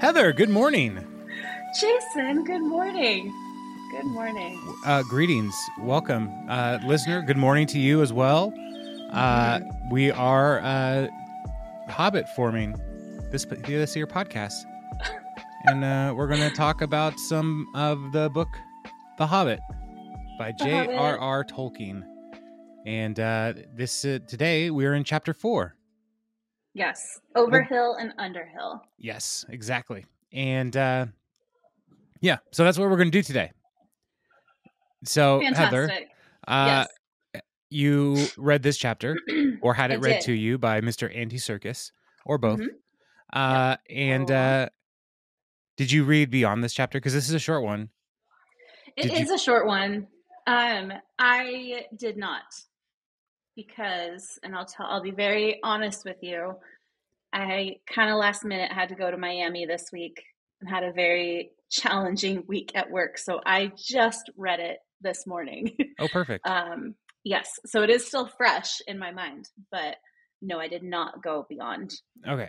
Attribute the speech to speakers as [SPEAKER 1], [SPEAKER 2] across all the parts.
[SPEAKER 1] Heather, good morning.
[SPEAKER 2] Jason, good morning. Good morning.
[SPEAKER 1] Uh, greetings. Welcome, uh, listener. Good morning to you as well. Uh, we are uh, Hobbit forming this this year podcast, and uh, we're going to talk about some of the book, The Hobbit, by
[SPEAKER 2] The
[SPEAKER 1] J.R.R. Tolkien. And uh, this uh, today we are in chapter four.
[SPEAKER 2] Yes, Overhill and Underhill.
[SPEAKER 1] Yes, exactly. And uh, yeah, so that's what we're going to do today. So Heather,
[SPEAKER 2] Fantastic.
[SPEAKER 1] Oh, uh, you read this chapter
[SPEAKER 2] yes.
[SPEAKER 1] or had
[SPEAKER 2] I
[SPEAKER 1] it read
[SPEAKER 2] did.
[SPEAKER 1] to you by Mr. Anti Circus or both.
[SPEAKER 2] Mhm.
[SPEAKER 1] Uh, and
[SPEAKER 2] Or-
[SPEAKER 1] uh, did you read beyond this chapter? Because this is a short one.
[SPEAKER 2] It
[SPEAKER 1] Did
[SPEAKER 2] is
[SPEAKER 1] you-
[SPEAKER 2] a short one. Um, I did not because, and I'll tell, I'll be very honest with you. I kind of last minute had to go to Miami this week and had a very challenging week at work, so I just read it this morning.
[SPEAKER 1] Oh, perfect.
[SPEAKER 2] um, yes, so it is still fresh in my mind, but no, I did not go beyond.
[SPEAKER 1] okay.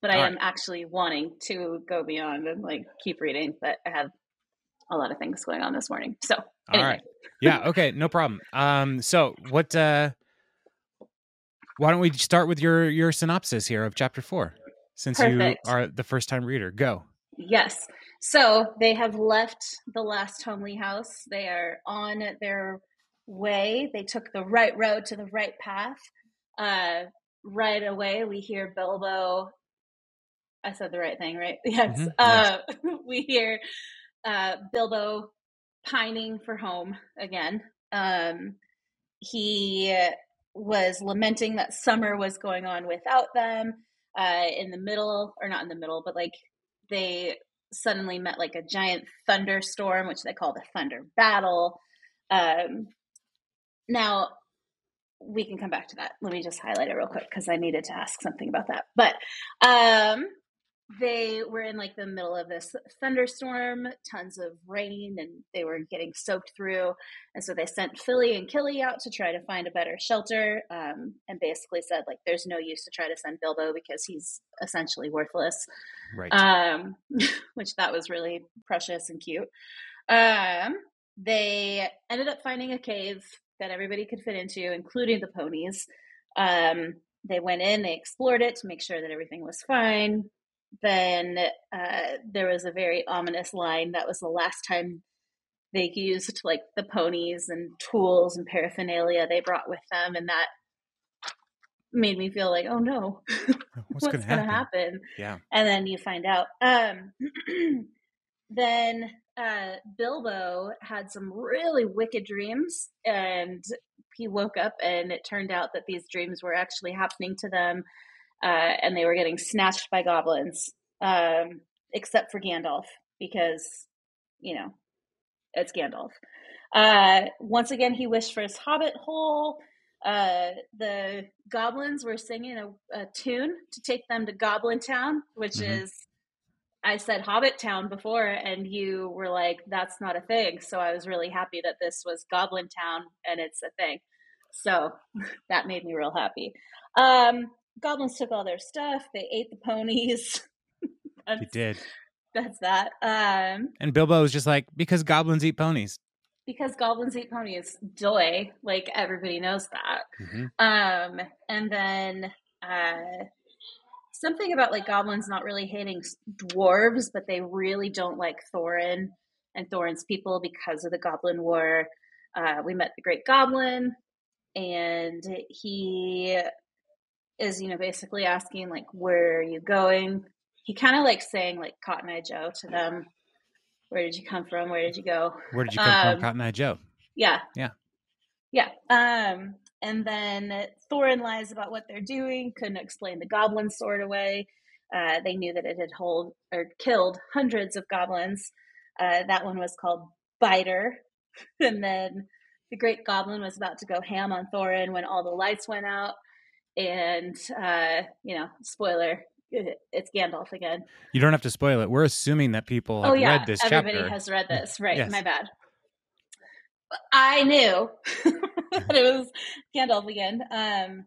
[SPEAKER 2] But I
[SPEAKER 1] All right.
[SPEAKER 2] am actually wanting to go beyond and like keep reading, but I have a lot of things going on this morning. So
[SPEAKER 1] All right. Yeah. Okay. No problem. Um, so what? Uh, why don't we start with your your synopsis here of chapter four, since
[SPEAKER 2] Perfect.
[SPEAKER 1] you are the first time reader? Go.
[SPEAKER 2] Yes. So they have left the last homely house. They are on their way. They took the right road to the right path. Uh, right away, we hear Bilbo. I said the right thing, right? Yes.
[SPEAKER 1] Mhm.
[SPEAKER 2] Uh, we hear uh, Bilbo pining for home again. Um, he was lamenting that summer was going on without them. Uh, in the middle, or not in the middle, but like they suddenly met like a giant thunderstorm, which they call the thunder battle. Um, now, we can come back to that. Let me just highlight it real quick because I needed to ask something about that. But um, they were in like the middle of this thunderstorm, tons of rain, and they were getting soaked through. And so they sent Philly and Killy out to try to find a better shelter um, and basically said, like, there's no use to try to send Bilbo because he's essentially worthless
[SPEAKER 1] Right.
[SPEAKER 2] um, which that was really precious and cute. Um, they ended up finding a cave that everybody could fit into, including the ponies. Um, they went in, they explored it to make sure that everything was fine. Then uh, there was a very ominous line that was the last time they used like the ponies and tools and paraphernalia they brought with them, and that made me feel like, oh no,
[SPEAKER 1] what's
[SPEAKER 2] what's,
[SPEAKER 1] going to
[SPEAKER 2] gonna,
[SPEAKER 1] happen?
[SPEAKER 2] happen?
[SPEAKER 1] Yeah.
[SPEAKER 2] and then you find out. Um, then uh, Bilbo had some really wicked dreams, and he woke up, and it turned out that these dreams were actually happening to them, uh, and they were getting snatched by goblins, um, except for Gandalf, because you know it's Gandalf. Uh, once again, he wished for his hobbit hole. Uh, the goblins were singing a, a tune to take them to Goblin Town, which
[SPEAKER 1] Mhm.
[SPEAKER 2] is, I said Hobbit Town before, and you were like, that's not a thing. So I was really happy that this was Goblin Town and it's a thing. So that made me real happy. Um, goblins took all their stuff, they ate the ponies.
[SPEAKER 1] He
[SPEAKER 2] that's,
[SPEAKER 1] did.
[SPEAKER 2] that's that. Um,
[SPEAKER 1] And Bilbo was just like, because goblins eat ponies.
[SPEAKER 2] because goblins eat ponies, joy, like everybody knows that.
[SPEAKER 1] Mhm.
[SPEAKER 2] Um, and then uh, something about like goblins not really hating s- dwarves, but they really don't like Thorin and Thorin's people because of the Goblin War. Uh, we met the Great Goblin, and he is, you know, basically asking like, "Where are you going?" He kind of like saying like Cotton Eye Joe to them, "Where did you come from? Where did you go?"
[SPEAKER 1] Where did you come
[SPEAKER 2] Um,
[SPEAKER 1] from, Cotton Eye Joe?
[SPEAKER 2] Yeah.
[SPEAKER 1] Yeah.
[SPEAKER 2] Yeah. Um, and then Thorin lies about what they're doing, couldn't explain the goblin sword away. Uh, they knew that it had hold or killed hundreds of goblins. Uh, that one was called Biter. and then the great goblin was about to go ham on Thorin when all the lights went out. And, uh, you know, spoiler, it- it's Gandalf again.
[SPEAKER 1] You don't have to spoil it. We're assuming that people have
[SPEAKER 2] Oh yeah,
[SPEAKER 1] read this
[SPEAKER 2] everybody
[SPEAKER 1] chapter.
[SPEAKER 2] has read this, right?
[SPEAKER 1] Yes.
[SPEAKER 2] My bad. But I knew that it was Gandalf again. Um,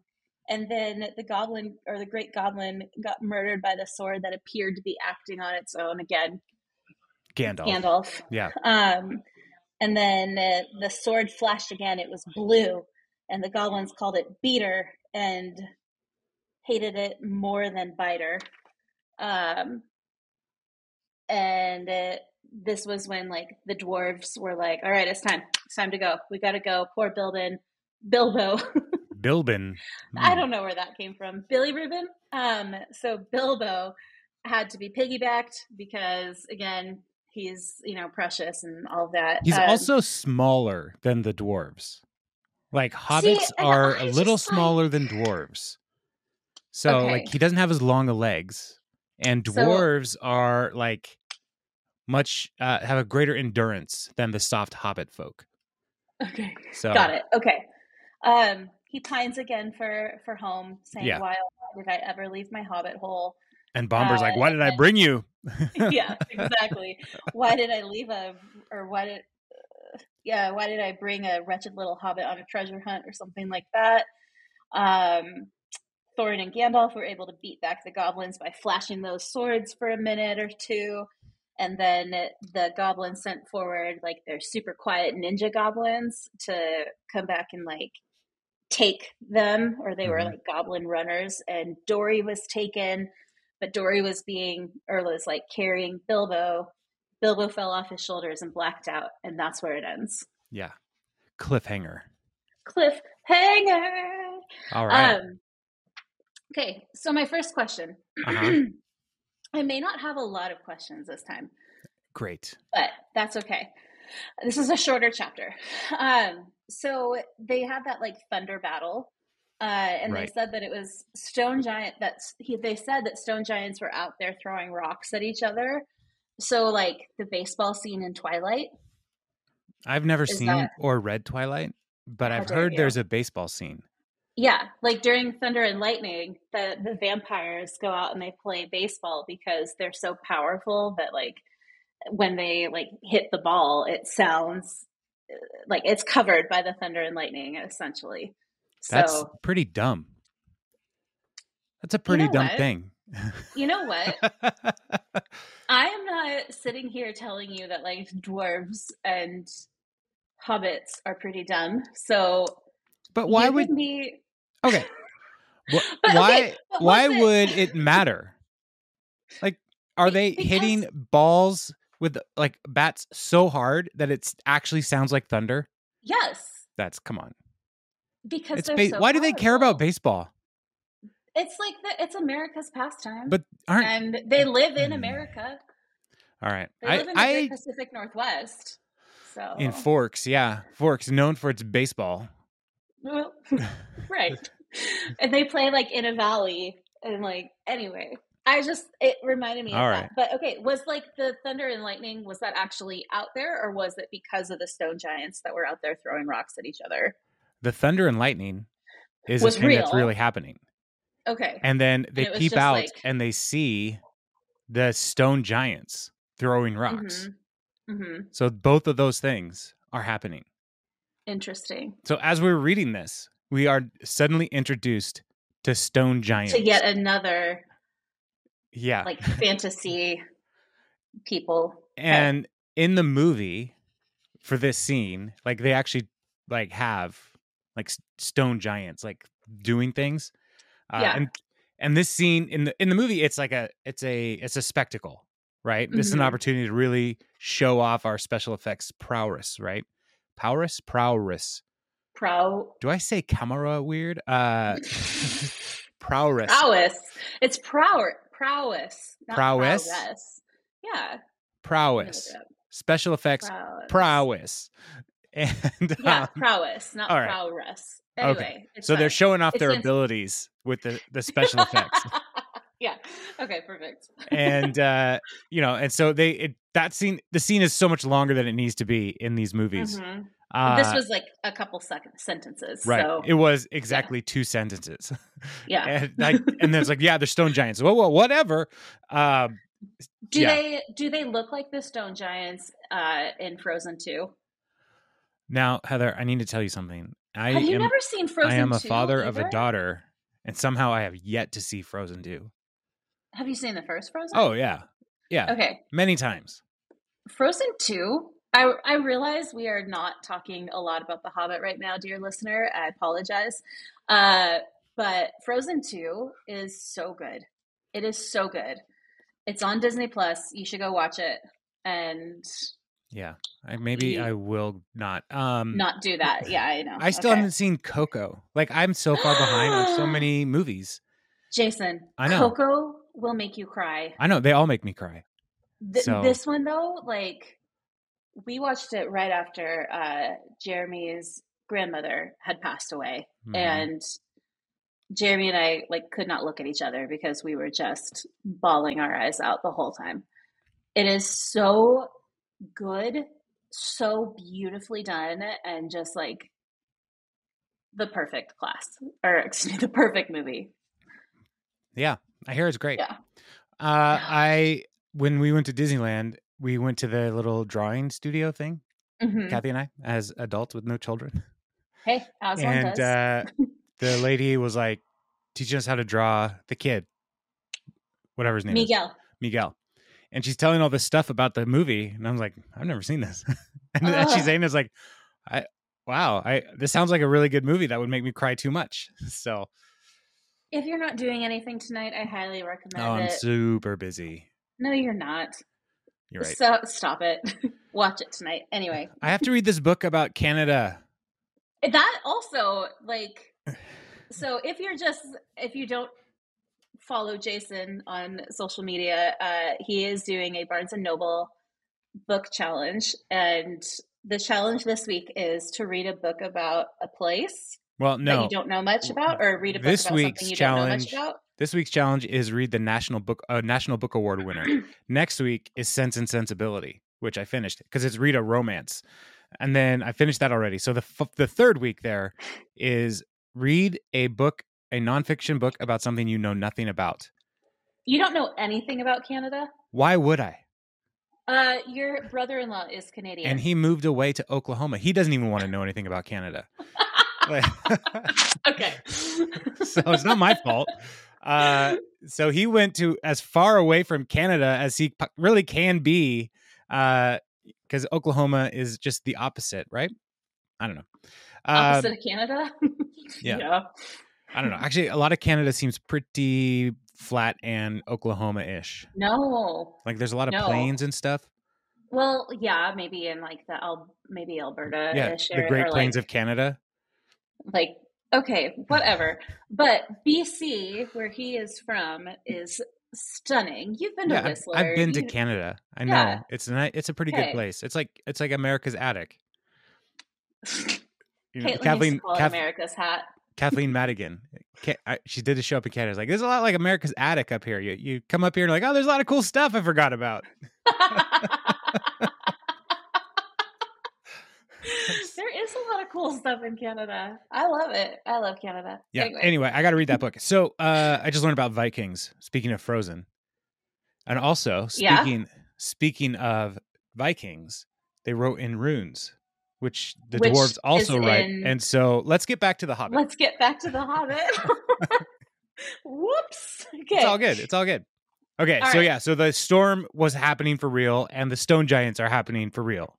[SPEAKER 2] and then the goblin or the great goblin got murdered by the sword that appeared to be acting on its own again
[SPEAKER 1] Gandalf.
[SPEAKER 2] gandalf
[SPEAKER 1] Yeah.
[SPEAKER 2] um, and then uh, the sword flashed again it was blue and the goblins called it beater and hated it more than biter um, and uh this was when like the dwarves were like all right it's time it's time to go we gotta go poor Bilbin, bilbo
[SPEAKER 1] Bilbin. Hmm.
[SPEAKER 2] I don't know where that came from. Billy Rubin. Um, so Bilbo had to be piggybacked because again, he's you know precious and all of that.
[SPEAKER 1] Hmm. He's
[SPEAKER 2] Um,
[SPEAKER 1] also smaller than the dwarves. Like hobbits
[SPEAKER 2] and
[SPEAKER 1] are
[SPEAKER 2] I
[SPEAKER 1] a little
[SPEAKER 2] just, like-
[SPEAKER 1] smaller than dwarves. So like
[SPEAKER 2] Okay.
[SPEAKER 1] he doesn't have as long of legs and
[SPEAKER 2] So-
[SPEAKER 1] dwarves are like much uh, have a greater endurance than the soft hobbit folk.
[SPEAKER 2] okay.
[SPEAKER 1] So
[SPEAKER 2] Got it. Okay. Um, he pines again for for home, saying,
[SPEAKER 1] Yeah.
[SPEAKER 2] "Why oh, why did I ever leave my hobbit hole?"
[SPEAKER 1] and Bomber's like,
[SPEAKER 2] Uh,
[SPEAKER 1] "Why did I bring you?"
[SPEAKER 2] yeah, exactly. Why did I leave a or why did uh, yeah, why did I bring a wretched little hobbit on a treasure hunt or something like that? Um, Thorin and Gandalf were able to beat back the goblins by flashing those swords for a minute or two. And then the goblins sent forward like their super quiet ninja goblins to come back and like take them, or they were
[SPEAKER 1] Mhm.
[SPEAKER 2] like goblin runners. And Dory was taken, but Dory was being, or was like carrying Bilbo. Bilbo fell off his shoulders and blacked out. And that's where it ends.
[SPEAKER 1] yeah. Cliffhanger.
[SPEAKER 2] Cliffhanger.
[SPEAKER 1] All right.
[SPEAKER 2] Um, okay, so my first question.
[SPEAKER 1] Uh-huh.
[SPEAKER 2] I may not have a lot of questions this time,
[SPEAKER 1] Great.
[SPEAKER 2] but that's okay. This is a shorter chapter. Um, so they had that like thunder battle, uh, and
[SPEAKER 1] Right.
[SPEAKER 2] they said that it was stone giant. That's he. They said that stone giants were out there throwing rocks at each other. So like the baseball scene in Twilight.
[SPEAKER 1] I've never
[SPEAKER 2] is
[SPEAKER 1] seen
[SPEAKER 2] that-
[SPEAKER 1] or read Twilight, but
[SPEAKER 2] How
[SPEAKER 1] I've
[SPEAKER 2] dare
[SPEAKER 1] heard
[SPEAKER 2] you.
[SPEAKER 1] there's a baseball scene.
[SPEAKER 2] Yeah, like during Thunder and Lightning, the the vampires go out and they play baseball because they're so powerful that like when they like hit the ball, it sounds uh, like it's covered by the thunder and lightning essentially.
[SPEAKER 1] That's
[SPEAKER 2] So,
[SPEAKER 1] pretty dumb. That's a pretty
[SPEAKER 2] know
[SPEAKER 1] dumb
[SPEAKER 2] what?
[SPEAKER 1] thing.
[SPEAKER 2] you know what? I am not sitting here telling you that like dwarves and hobbits are pretty dumb. So,
[SPEAKER 1] but why
[SPEAKER 2] you
[SPEAKER 1] would
[SPEAKER 2] can be
[SPEAKER 1] okay? Wh-
[SPEAKER 2] But okay,
[SPEAKER 1] why
[SPEAKER 2] but
[SPEAKER 1] why
[SPEAKER 2] was it-
[SPEAKER 1] would it matter? Like, are
[SPEAKER 2] Be-
[SPEAKER 1] they hitting balls with like bats so hard that it actually sounds like thunder?
[SPEAKER 2] Yes,
[SPEAKER 1] That's come on.
[SPEAKER 2] because
[SPEAKER 1] It's
[SPEAKER 2] they're
[SPEAKER 1] ba-
[SPEAKER 2] so
[SPEAKER 1] why do they care about
[SPEAKER 2] powerful.
[SPEAKER 1] baseball?
[SPEAKER 2] It's like the, it's America's pastime.
[SPEAKER 1] But aren't
[SPEAKER 2] and they live in
[SPEAKER 1] Hmm.
[SPEAKER 2] America.
[SPEAKER 1] all right?
[SPEAKER 2] They live in the
[SPEAKER 1] I
[SPEAKER 2] great Pacific Northwest. So
[SPEAKER 1] I in Forks, yeah, Forks known for its baseball.
[SPEAKER 2] Well, right, and they play like in a valley, and like anyway, I just it reminded me
[SPEAKER 1] All
[SPEAKER 2] of
[SPEAKER 1] right.
[SPEAKER 2] that. But okay, was like the thunder and lightning was that actually out there, or was it because of the stone giants that were out there throwing rocks at each other?
[SPEAKER 1] The thunder and lightning is
[SPEAKER 2] Was
[SPEAKER 1] a thing that's
[SPEAKER 2] real.
[SPEAKER 1] really happening.
[SPEAKER 2] Okay,
[SPEAKER 1] And then they
[SPEAKER 2] it was
[SPEAKER 1] peep
[SPEAKER 2] just
[SPEAKER 1] out
[SPEAKER 2] like-
[SPEAKER 1] and they see the stone giants throwing rocks.
[SPEAKER 2] hmm
[SPEAKER 1] So both of those things are happening.
[SPEAKER 2] interesting.
[SPEAKER 1] So as we're reading this, we are suddenly introduced to stone giants.
[SPEAKER 2] To yet another
[SPEAKER 1] yeah.
[SPEAKER 2] like fantasy people,
[SPEAKER 1] and in the movie for this scene, like they actually like have like s- stone giants like doing things. Uh,
[SPEAKER 2] Yeah.
[SPEAKER 1] and and this scene in the in the movie it's like a it's a it's a spectacle, right? This is an
[SPEAKER 2] Mhm.
[SPEAKER 1] opportunity to really show off our special effects prowess, right? Prowess, prowess.
[SPEAKER 2] prow
[SPEAKER 1] Do I say camera weird? Uh prowess.
[SPEAKER 2] prowess. It's prower prowess. Not
[SPEAKER 1] Prowess?
[SPEAKER 2] prowess. Yeah.
[SPEAKER 1] Prowess. Special effects
[SPEAKER 2] Prowess.
[SPEAKER 1] prowess. And
[SPEAKER 2] Yeah,
[SPEAKER 1] um,
[SPEAKER 2] prowess, not
[SPEAKER 1] all right.
[SPEAKER 2] prowess.
[SPEAKER 1] Okay.
[SPEAKER 2] Anyway. it's
[SPEAKER 1] So they're
[SPEAKER 2] fine.
[SPEAKER 1] showing off
[SPEAKER 2] It
[SPEAKER 1] their
[SPEAKER 2] stands-
[SPEAKER 1] abilities with the, the special effects,
[SPEAKER 2] yeah. Okay, perfect.
[SPEAKER 1] and uh, you know, and so they it, that scene the scene is so much longer than it needs to be in these movies.
[SPEAKER 2] Mhm.
[SPEAKER 1] Uh,
[SPEAKER 2] this was like a couple second sentences.
[SPEAKER 1] right.
[SPEAKER 2] So
[SPEAKER 1] It eh, was exactly two sentences,
[SPEAKER 2] yeah.
[SPEAKER 1] and like, and then it's like, yeah, they're stone giants. Well, well, whatever. Um,
[SPEAKER 2] Do
[SPEAKER 1] yeah.
[SPEAKER 2] they do they look like the stone giants uh in Frozen 2?
[SPEAKER 1] now, Heather, I need to tell you something. I
[SPEAKER 2] Have you
[SPEAKER 1] am
[SPEAKER 2] never seen Frozen
[SPEAKER 1] I am a
[SPEAKER 2] 2
[SPEAKER 1] father of a
[SPEAKER 2] either?
[SPEAKER 1] daughter and somehow I have yet to see Frozen 2.
[SPEAKER 2] Have you seen the first Frozen?
[SPEAKER 1] Oh yeah. Yeah.
[SPEAKER 2] Okay.
[SPEAKER 1] Many times.
[SPEAKER 2] Frozen 2. I, I realize we are not talking a lot about The Hobbit right now, dear listener. I apologize. Uh, but Frozen 2 is so good. It is so good. It's on Disney Plus. You should go watch it and
[SPEAKER 1] Yeah. I, maybe I will not. Um
[SPEAKER 2] not do that. Yeah, I know.
[SPEAKER 1] I still
[SPEAKER 2] Okay.
[SPEAKER 1] haven't seen Coco. Like I'm so far behind on so many movies.
[SPEAKER 2] Jason,
[SPEAKER 1] I know.
[SPEAKER 2] Coco will make you cry.
[SPEAKER 1] I know they all make me cry.
[SPEAKER 2] Th-
[SPEAKER 1] So-
[SPEAKER 2] This one though, like we watched it right after uh, Jeremy's grandmother had passed away,
[SPEAKER 1] Mhm.
[SPEAKER 2] and Jeremy and I like could not look at each other because we were just bawling our eyes out the whole time. It is so good, so beautifully done, and just like the perfect class, or excuse me, the perfect movie.
[SPEAKER 1] I hear it's great.
[SPEAKER 2] Yeah.
[SPEAKER 1] Uh,
[SPEAKER 2] Yeah.
[SPEAKER 1] I when we went to Disneyland, we went to the little drawing studio thing.
[SPEAKER 2] Mhm.
[SPEAKER 1] Kathy and I, as adults with no children,
[SPEAKER 2] Hey, as one
[SPEAKER 1] and
[SPEAKER 2] does.
[SPEAKER 1] uh, the lady was like teaching us how to draw the kid, whatever his name is,
[SPEAKER 2] Miguel.
[SPEAKER 1] Miguel. And she's telling all this stuff about the movie, and I'm like, I've never seen this. and then she's
[SPEAKER 2] Ugh.
[SPEAKER 1] saying is like, I wow, I this sounds like a really good movie that would make me cry too much. So
[SPEAKER 2] If you're not doing anything tonight, I highly recommend
[SPEAKER 1] oh, I'm
[SPEAKER 2] it.
[SPEAKER 1] super busy.
[SPEAKER 2] no, you're not.
[SPEAKER 1] You're right.
[SPEAKER 2] So stop it. Watch it tonight. Anyway,
[SPEAKER 1] I have to read this book about Canada.
[SPEAKER 2] that also like so if you're just if you don't follow Jason on social media, uh, he is doing a Barnes and Noble book challenge, and the challenge this week is to read a book about a place
[SPEAKER 1] Well,
[SPEAKER 2] that
[SPEAKER 1] no,
[SPEAKER 2] you don't know much about, or read a book
[SPEAKER 1] This
[SPEAKER 2] about
[SPEAKER 1] week's
[SPEAKER 2] something you
[SPEAKER 1] challenge-
[SPEAKER 2] don't know much about.
[SPEAKER 1] This week's challenge is read the National Book uh, National Book Award winner. Next week is Sense and Sensibility, which I finished because it's read a romance, and then I finished that already. So the f- the third week there is read a book, a nonfiction book about something you know nothing about.
[SPEAKER 2] You don't know anything about Canada.
[SPEAKER 1] Why would I?
[SPEAKER 2] Uh, your brother-in-law is Canadian.
[SPEAKER 1] And he moved away to Oklahoma. He doesn't even want to know anything about Canada. Like-
[SPEAKER 2] okay.
[SPEAKER 1] so it's not my fault. Uh, so he went to as far away from Canada as he po- really can be, because Oklahoma is just the opposite, right? I don't know. Uh,
[SPEAKER 2] Opposite of Canada.
[SPEAKER 1] yeah. I don't know. Actually, a lot of Canada seems pretty flat and Oklahoma-ish.
[SPEAKER 2] No.
[SPEAKER 1] Like there's a lot of
[SPEAKER 2] No.
[SPEAKER 1] plains and stuff.
[SPEAKER 2] Well, yeah, maybe in like the Al- maybe Alberta.
[SPEAKER 1] Yeah, the Great Plains of Canada.
[SPEAKER 2] like okay, whatever. But BC, where he is from, is stunning. You've been
[SPEAKER 1] Yeah, I've,
[SPEAKER 2] to Whistler.
[SPEAKER 1] I've been to
[SPEAKER 2] you-
[SPEAKER 1] Canada. I know
[SPEAKER 2] Yeah.
[SPEAKER 1] it's a ni- it's a pretty good
[SPEAKER 2] Okay.
[SPEAKER 1] place. It's like it's like America's attic. You know,
[SPEAKER 2] Caitlin used to call it
[SPEAKER 1] Kath-
[SPEAKER 2] America's hat.
[SPEAKER 1] Kathleen Madigan. Ca- I, she did a show up in Canada. It's like, there's a lot like America's Attic up here. You, you come up here and like, oh, there's a lot of cool stuff I forgot about.
[SPEAKER 2] there is a lot of cool stuff in Canada. I love it. I love Canada.
[SPEAKER 1] Yeah. Anyway, I got to read that book. So uh, I just learned about Vikings. Speaking of Frozen, and also
[SPEAKER 2] Yeah.
[SPEAKER 1] speaking speaking of Vikings, they wrote in runes, which the
[SPEAKER 2] Which
[SPEAKER 1] dwarves also
[SPEAKER 2] is
[SPEAKER 1] write.
[SPEAKER 2] in-
[SPEAKER 1] And so let's get back to the Hobbit.
[SPEAKER 2] Let's get back to the Hobbit. Whoops. Okay.
[SPEAKER 1] It's all good. It's all good. Okay,
[SPEAKER 2] All
[SPEAKER 1] so
[SPEAKER 2] right.
[SPEAKER 1] yeah, so the storm was happening for real, and the stone giants are happening for real.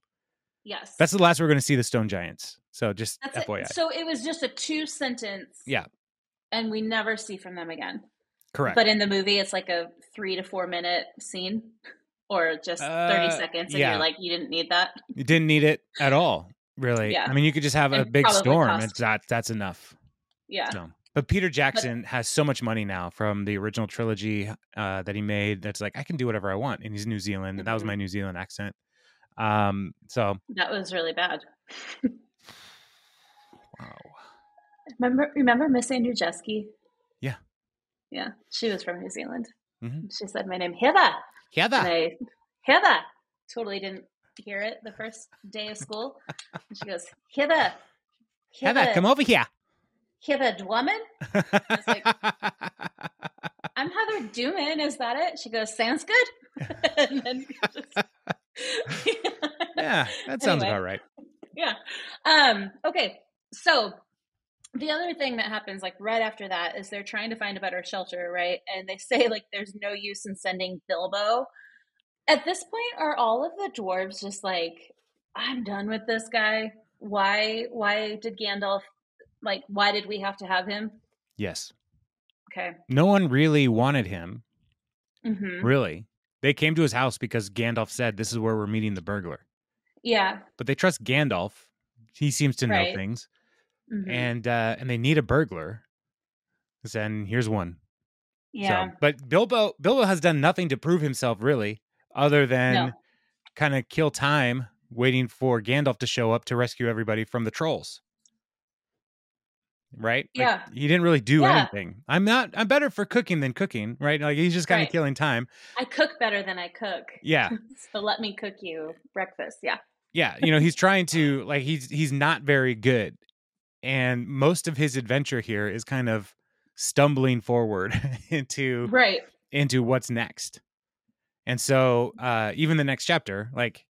[SPEAKER 2] Yes.
[SPEAKER 1] That's the last we're going to see the Stone Giants. So just
[SPEAKER 2] That's
[SPEAKER 1] FYI.
[SPEAKER 2] it. So it was just a two sentence.
[SPEAKER 1] Yeah.
[SPEAKER 2] And we never see from them again.
[SPEAKER 1] Correct.
[SPEAKER 2] But in the movie, it's like a three to four minute scene or just 30
[SPEAKER 1] Uh,
[SPEAKER 2] seconds. And
[SPEAKER 1] yeah.
[SPEAKER 2] you're like, you didn't need that.
[SPEAKER 1] you didn't need it at all, really.
[SPEAKER 2] Yeah.
[SPEAKER 1] I mean, you could just have a
[SPEAKER 2] And
[SPEAKER 1] big
[SPEAKER 2] probably
[SPEAKER 1] storm.
[SPEAKER 2] cost-
[SPEAKER 1] And that, that's enough.
[SPEAKER 2] Yeah.
[SPEAKER 1] So. But Peter Jackson has so much money now from the original trilogy uh, that he made. That's like I can do whatever I want, and he's New Zealand. And that was
[SPEAKER 2] Mhm.
[SPEAKER 1] my New Zealand accent. Um, so
[SPEAKER 2] That was really bad.
[SPEAKER 1] wow,
[SPEAKER 2] Remember, remember Miss Andrzejewski?
[SPEAKER 1] Yeah.
[SPEAKER 2] Yeah. She was from New Zealand.
[SPEAKER 1] Mhm.
[SPEAKER 2] She said, My name Heather. And
[SPEAKER 1] Heather,
[SPEAKER 2] I, Heather, totally didn't hear it the first day of school. And she goes, Heather,
[SPEAKER 1] Heather, come over here.
[SPEAKER 2] Heather Dwoman. I'm Heather Dooman. Is that it? She goes, sounds good. and then just-
[SPEAKER 1] yeah, that sounds
[SPEAKER 2] Anyway.
[SPEAKER 1] about right.
[SPEAKER 2] yeah. Um, okay. So the other thing that happens like right after that is they're trying to find a better shelter, right? And they say like there's no use in sending Bilbo. At this point, are all of the dwarves just like, I'm done with this guy. Why why did Gandalf like why did we have to have him?
[SPEAKER 1] Yes.
[SPEAKER 2] Okay.
[SPEAKER 1] No one really wanted him,
[SPEAKER 2] hmm
[SPEAKER 1] really. They came to his house because Gandalf said, This is where we're meeting the burglar.
[SPEAKER 2] Yeah.
[SPEAKER 1] But they trust Gandalf. He seems to know
[SPEAKER 2] Right.
[SPEAKER 1] things.
[SPEAKER 2] hmm
[SPEAKER 1] And uh, and they need a burglar. And here's one.
[SPEAKER 2] yeah.
[SPEAKER 1] So, but Bilbo Bilbo has done nothing to prove himself really, other than
[SPEAKER 2] No.
[SPEAKER 1] kind of kill time waiting for Gandalf to show up to rescue everybody from the trolls. Right? Like,
[SPEAKER 2] Yeah.
[SPEAKER 1] he didn't really do
[SPEAKER 2] Yeah.
[SPEAKER 1] anything. I'm not I'm better for cooking than cooking, right? Like he's just kind of
[SPEAKER 2] Right.
[SPEAKER 1] killing time.
[SPEAKER 2] I cook better than I cook.
[SPEAKER 1] Yeah.
[SPEAKER 2] So let me cook you breakfast. Yeah.
[SPEAKER 1] Yeah. You know, he's trying to like he's he's not very good. And most of his adventure here is kind of stumbling forward into
[SPEAKER 2] Right.
[SPEAKER 1] into what's next. And so uh even the next chapter, like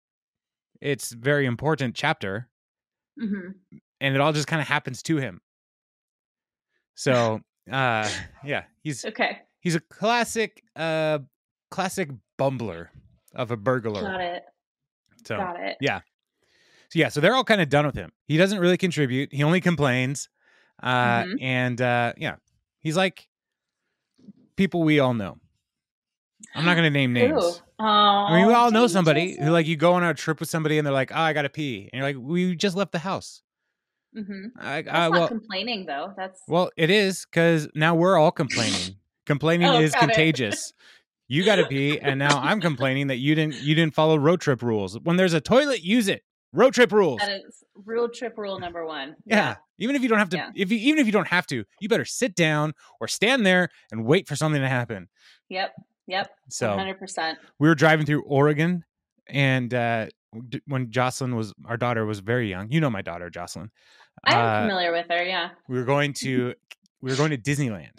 [SPEAKER 1] it's a very important chapter
[SPEAKER 2] hmm
[SPEAKER 1] and it all just kind of happens to him. So uh yeah, he's
[SPEAKER 2] Okay.
[SPEAKER 1] he's a classic uh classic bumbler of a burglar.
[SPEAKER 2] Got it.
[SPEAKER 1] So
[SPEAKER 2] Got it.
[SPEAKER 1] So yeah, so they're all kind of done with him. He doesn't really contribute. He only complains. Uh,
[SPEAKER 2] Mhm.
[SPEAKER 1] And uh, yeah, he's like people we all know. I'm not going to name names.
[SPEAKER 2] Ooh. Oh,
[SPEAKER 1] I mean, we all know somebody who, like, you go on a trip with somebody and they're like, "Oh, I got to pee," and you're like, "We just left the house."
[SPEAKER 2] hmm
[SPEAKER 1] I,
[SPEAKER 2] That's
[SPEAKER 1] I,
[SPEAKER 2] not
[SPEAKER 1] uh, well,
[SPEAKER 2] complaining though. That's
[SPEAKER 1] well, it is because now we're all complaining. complaining
[SPEAKER 2] Oh,
[SPEAKER 1] is
[SPEAKER 2] got it.
[SPEAKER 1] contagious. You got to pee, and now I'm complaining that you didn't you didn't follow road trip rules. When there's a toilet, use it. Road trip rules.
[SPEAKER 2] that is real trip rule number one.
[SPEAKER 1] Yeah. Even if you don't have to,
[SPEAKER 2] Yeah.
[SPEAKER 1] if you, even if you don't have to, you better sit down or stand there and wait for something to happen.
[SPEAKER 2] Yep. Yep. One
[SPEAKER 1] So
[SPEAKER 2] hundred percent.
[SPEAKER 1] we were driving through Oregon, and uh, d- when Jocelyn was our daughter was very young, you know my daughter Jocelyn.
[SPEAKER 2] I'm
[SPEAKER 1] Uh,
[SPEAKER 2] familiar with her. Yeah.
[SPEAKER 1] we were going to we were going to Disneyland,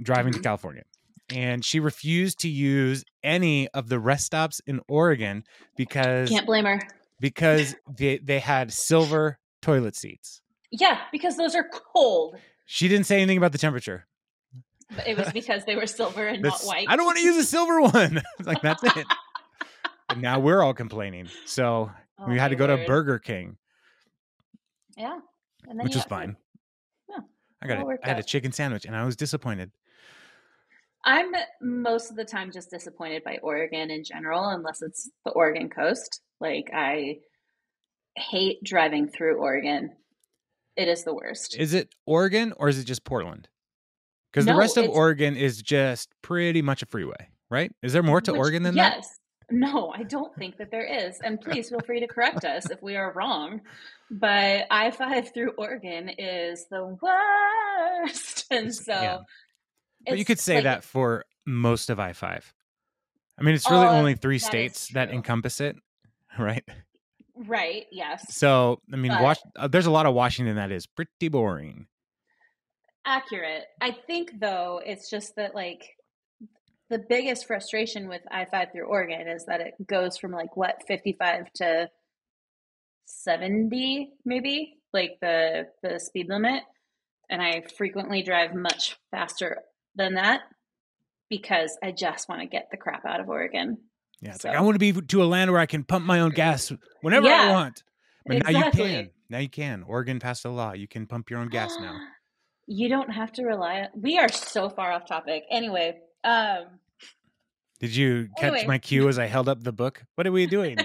[SPEAKER 1] driving to
[SPEAKER 2] Mhm.
[SPEAKER 1] California, and she refused to use any of the rest stops in Oregon because
[SPEAKER 2] Can't blame her.
[SPEAKER 1] because they they had silver toilet seats.
[SPEAKER 2] Yeah, because those are cold.
[SPEAKER 1] She didn't say anything about the temperature.
[SPEAKER 2] But it was because they were silver and not
[SPEAKER 1] This-
[SPEAKER 2] white.
[SPEAKER 1] I don't want to use a silver one. it's like that's it. and now we're all complaining. So
[SPEAKER 2] Oh,
[SPEAKER 1] we had to
[SPEAKER 2] my
[SPEAKER 1] go to
[SPEAKER 2] word.
[SPEAKER 1] Burger King,
[SPEAKER 2] Yeah. And then
[SPEAKER 1] which
[SPEAKER 2] you
[SPEAKER 1] was
[SPEAKER 2] got food.
[SPEAKER 1] fine.
[SPEAKER 2] Yeah,
[SPEAKER 1] I got
[SPEAKER 2] all
[SPEAKER 1] a,
[SPEAKER 2] worked
[SPEAKER 1] I had a
[SPEAKER 2] out.
[SPEAKER 1] chicken sandwich and I was disappointed.
[SPEAKER 2] I'm most of the time just disappointed by Oregon in general, unless it's the Oregon coast. Like I hate driving through Oregon. It is the worst.
[SPEAKER 1] Is it Oregon or is it just Portland? Because the
[SPEAKER 2] No,
[SPEAKER 1] rest of
[SPEAKER 2] it's-
[SPEAKER 1] Oregon is just pretty much a freeway, right? Is there more to
[SPEAKER 2] Which-
[SPEAKER 1] Oregon than that?
[SPEAKER 2] yes. No, I don't think that there is. And please feel free to correct us if we are wrong. But I 5 through Oregon is the worst. And
[SPEAKER 1] It's-
[SPEAKER 2] so,
[SPEAKER 1] yeah. But you could
[SPEAKER 2] it's
[SPEAKER 1] say
[SPEAKER 2] like-
[SPEAKER 1] that for most of I five. I mean, it's really
[SPEAKER 2] Uh,
[SPEAKER 1] only three
[SPEAKER 2] that is
[SPEAKER 1] states that
[SPEAKER 2] true.
[SPEAKER 1] encompass it, right?
[SPEAKER 2] Right. Yes.
[SPEAKER 1] So, I mean,
[SPEAKER 2] But-
[SPEAKER 1] Wash- uh, there's a lot of Washington that is pretty boring.
[SPEAKER 2] Accurate. I think, though, it's just that, like, the biggest frustration with I 5 through Oregon is that it goes from, like, what, 55 to 70, maybe? Like, the, the speed limit. And I frequently drive much faster than that because I just want to get the crap out of Oregon.
[SPEAKER 1] Yeah, it's
[SPEAKER 2] So-
[SPEAKER 1] like I want to be to a land where I can pump my own gas whenever I
[SPEAKER 2] Yeah,
[SPEAKER 1] want. But now you
[SPEAKER 2] exactly.
[SPEAKER 1] can. Now you can. Oregon passed a law. You can pump your own gas now.
[SPEAKER 2] You don't have to rely on. We are so far off topic. Anyway, um,
[SPEAKER 1] Did you catch
[SPEAKER 2] Anyway.
[SPEAKER 1] my cue as I held up the book? What are we doing?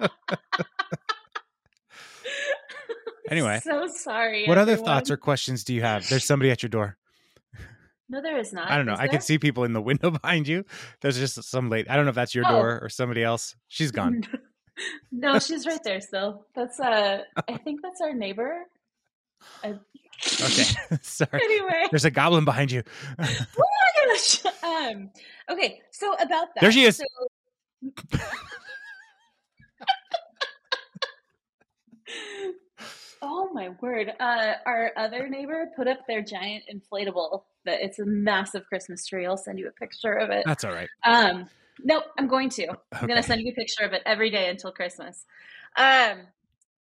[SPEAKER 1] anyway,
[SPEAKER 2] so sorry.
[SPEAKER 1] what other thoughts or
[SPEAKER 2] everyone.
[SPEAKER 1] questions do you have? There's somebody at your door.
[SPEAKER 2] No, there is not.
[SPEAKER 1] I don't know.
[SPEAKER 2] is
[SPEAKER 1] I
[SPEAKER 2] there?
[SPEAKER 1] can see people in the window behind you. There's just some late. I don't know if that's your
[SPEAKER 2] Oh.
[SPEAKER 1] door or somebody else. She's gone.
[SPEAKER 2] no, she's right there still. That's uh, I think that's our neighbor. I-
[SPEAKER 1] Okay. Sorry.
[SPEAKER 2] anyway,
[SPEAKER 1] There's a goblin behind you.
[SPEAKER 2] oh my gosh. Um, okay, so about that.
[SPEAKER 1] There she is.
[SPEAKER 2] so- oh my word! Uh, our other neighbor put up their giant inflatable. That it's a massive Christmas tree. I'll send you a picture of it.
[SPEAKER 1] That's all right.
[SPEAKER 2] Um, nope, I'm going to. I'm
[SPEAKER 1] Okay.
[SPEAKER 2] gonna send you a picture of it every day until Christmas. Um,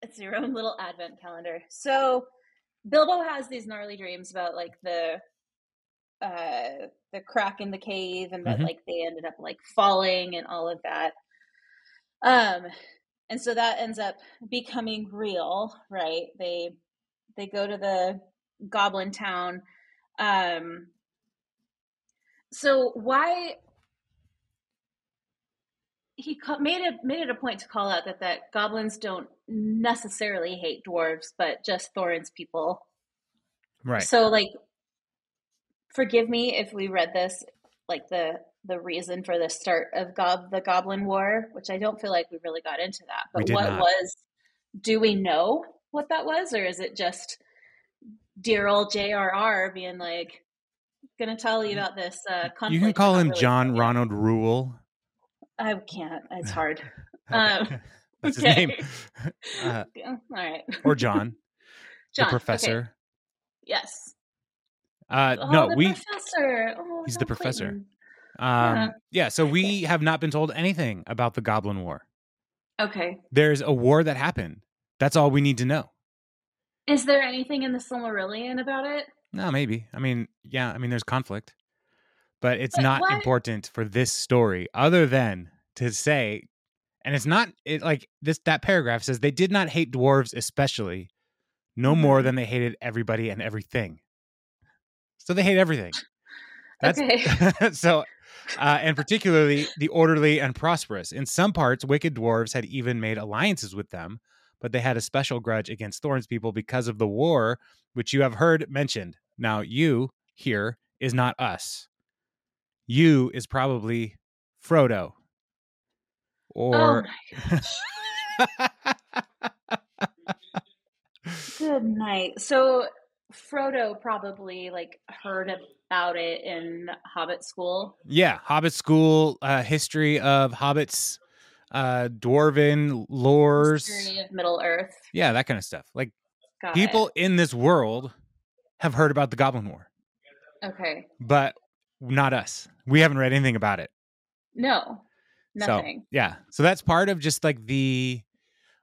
[SPEAKER 2] it's your own little advent calendar. So Bilbo has these gnarly dreams about like the uh the crack in the cave and that
[SPEAKER 1] Mhm.
[SPEAKER 2] like they ended up like falling and all of that. Um and so that ends up becoming real, right? They they go to the goblin town. Um so why he ca- made it made it a point to call out that that goblins don't necessarily hate dwarves, but just Thorin's people.
[SPEAKER 1] Right.
[SPEAKER 2] So like, forgive me if we read this like the the reason for the start of gob the Goblin War, which I don't feel like we really got into that.
[SPEAKER 1] We
[SPEAKER 2] But
[SPEAKER 1] did
[SPEAKER 2] what
[SPEAKER 1] not.
[SPEAKER 2] was? Do we know what that was, or is it just dear old J.R.R. being like? Gonna tell you about this. Uh,
[SPEAKER 1] Mm.
[SPEAKER 2] conflict
[SPEAKER 1] you can call
[SPEAKER 2] you're
[SPEAKER 1] him
[SPEAKER 2] not really
[SPEAKER 1] John
[SPEAKER 2] familiar
[SPEAKER 1] Ronald Rule.
[SPEAKER 2] I can't. It's hard.
[SPEAKER 1] Okay.
[SPEAKER 2] Um,
[SPEAKER 1] That's his
[SPEAKER 2] okay.
[SPEAKER 1] name. Uh,
[SPEAKER 2] Yeah, All right.
[SPEAKER 1] or John,
[SPEAKER 2] John. okay,
[SPEAKER 1] the professor.
[SPEAKER 2] Yes.
[SPEAKER 1] Uh,
[SPEAKER 2] Oh,
[SPEAKER 1] no,
[SPEAKER 2] the
[SPEAKER 1] we.
[SPEAKER 2] professor. uh-huh. Oh,
[SPEAKER 1] He's the
[SPEAKER 2] John
[SPEAKER 1] professor.
[SPEAKER 2] Clayton.
[SPEAKER 1] Um,
[SPEAKER 2] Yeah.
[SPEAKER 1] yeah, so we have not been told anything about the Goblin War.
[SPEAKER 2] Okay.
[SPEAKER 1] There's a war that happened. That's all we need to know.
[SPEAKER 2] Is there anything in the Silmarillion about it?
[SPEAKER 1] No, maybe. I mean, yeah, I mean, there's conflict, but it's
[SPEAKER 2] But
[SPEAKER 1] not
[SPEAKER 2] why-
[SPEAKER 1] important for this story other than to say, and it's not it, like this, that paragraph says they did not hate dwarves, especially no more
[SPEAKER 2] Mhm.
[SPEAKER 1] than they hated everybody and everything. So they hate everything. That's
[SPEAKER 2] Okay.
[SPEAKER 1] so, uh, and particularly the orderly and prosperous. In some parts, wicked dwarves had even made alliances with them, but they had a special grudge against Thorn's people because of the war, which you have heard mentioned. Now, you here is not us. You is probably Frodo.
[SPEAKER 2] Oh,
[SPEAKER 1] Or.
[SPEAKER 2] my good night. So Frodo probably like heard about it in Hobbit school.
[SPEAKER 1] yeah, Hobbit school, uh, history of hobbits, uh, dwarven lores.
[SPEAKER 2] History of Middle Earth.
[SPEAKER 1] Yeah, that kind of stuff. Like,
[SPEAKER 2] Got
[SPEAKER 1] people in this world have heard about the Goblin War,
[SPEAKER 2] It. Okay.
[SPEAKER 1] but not us. We haven't read anything about it.
[SPEAKER 2] No.
[SPEAKER 1] So-
[SPEAKER 2] Nothing.
[SPEAKER 1] Yeah. So that's part of just like the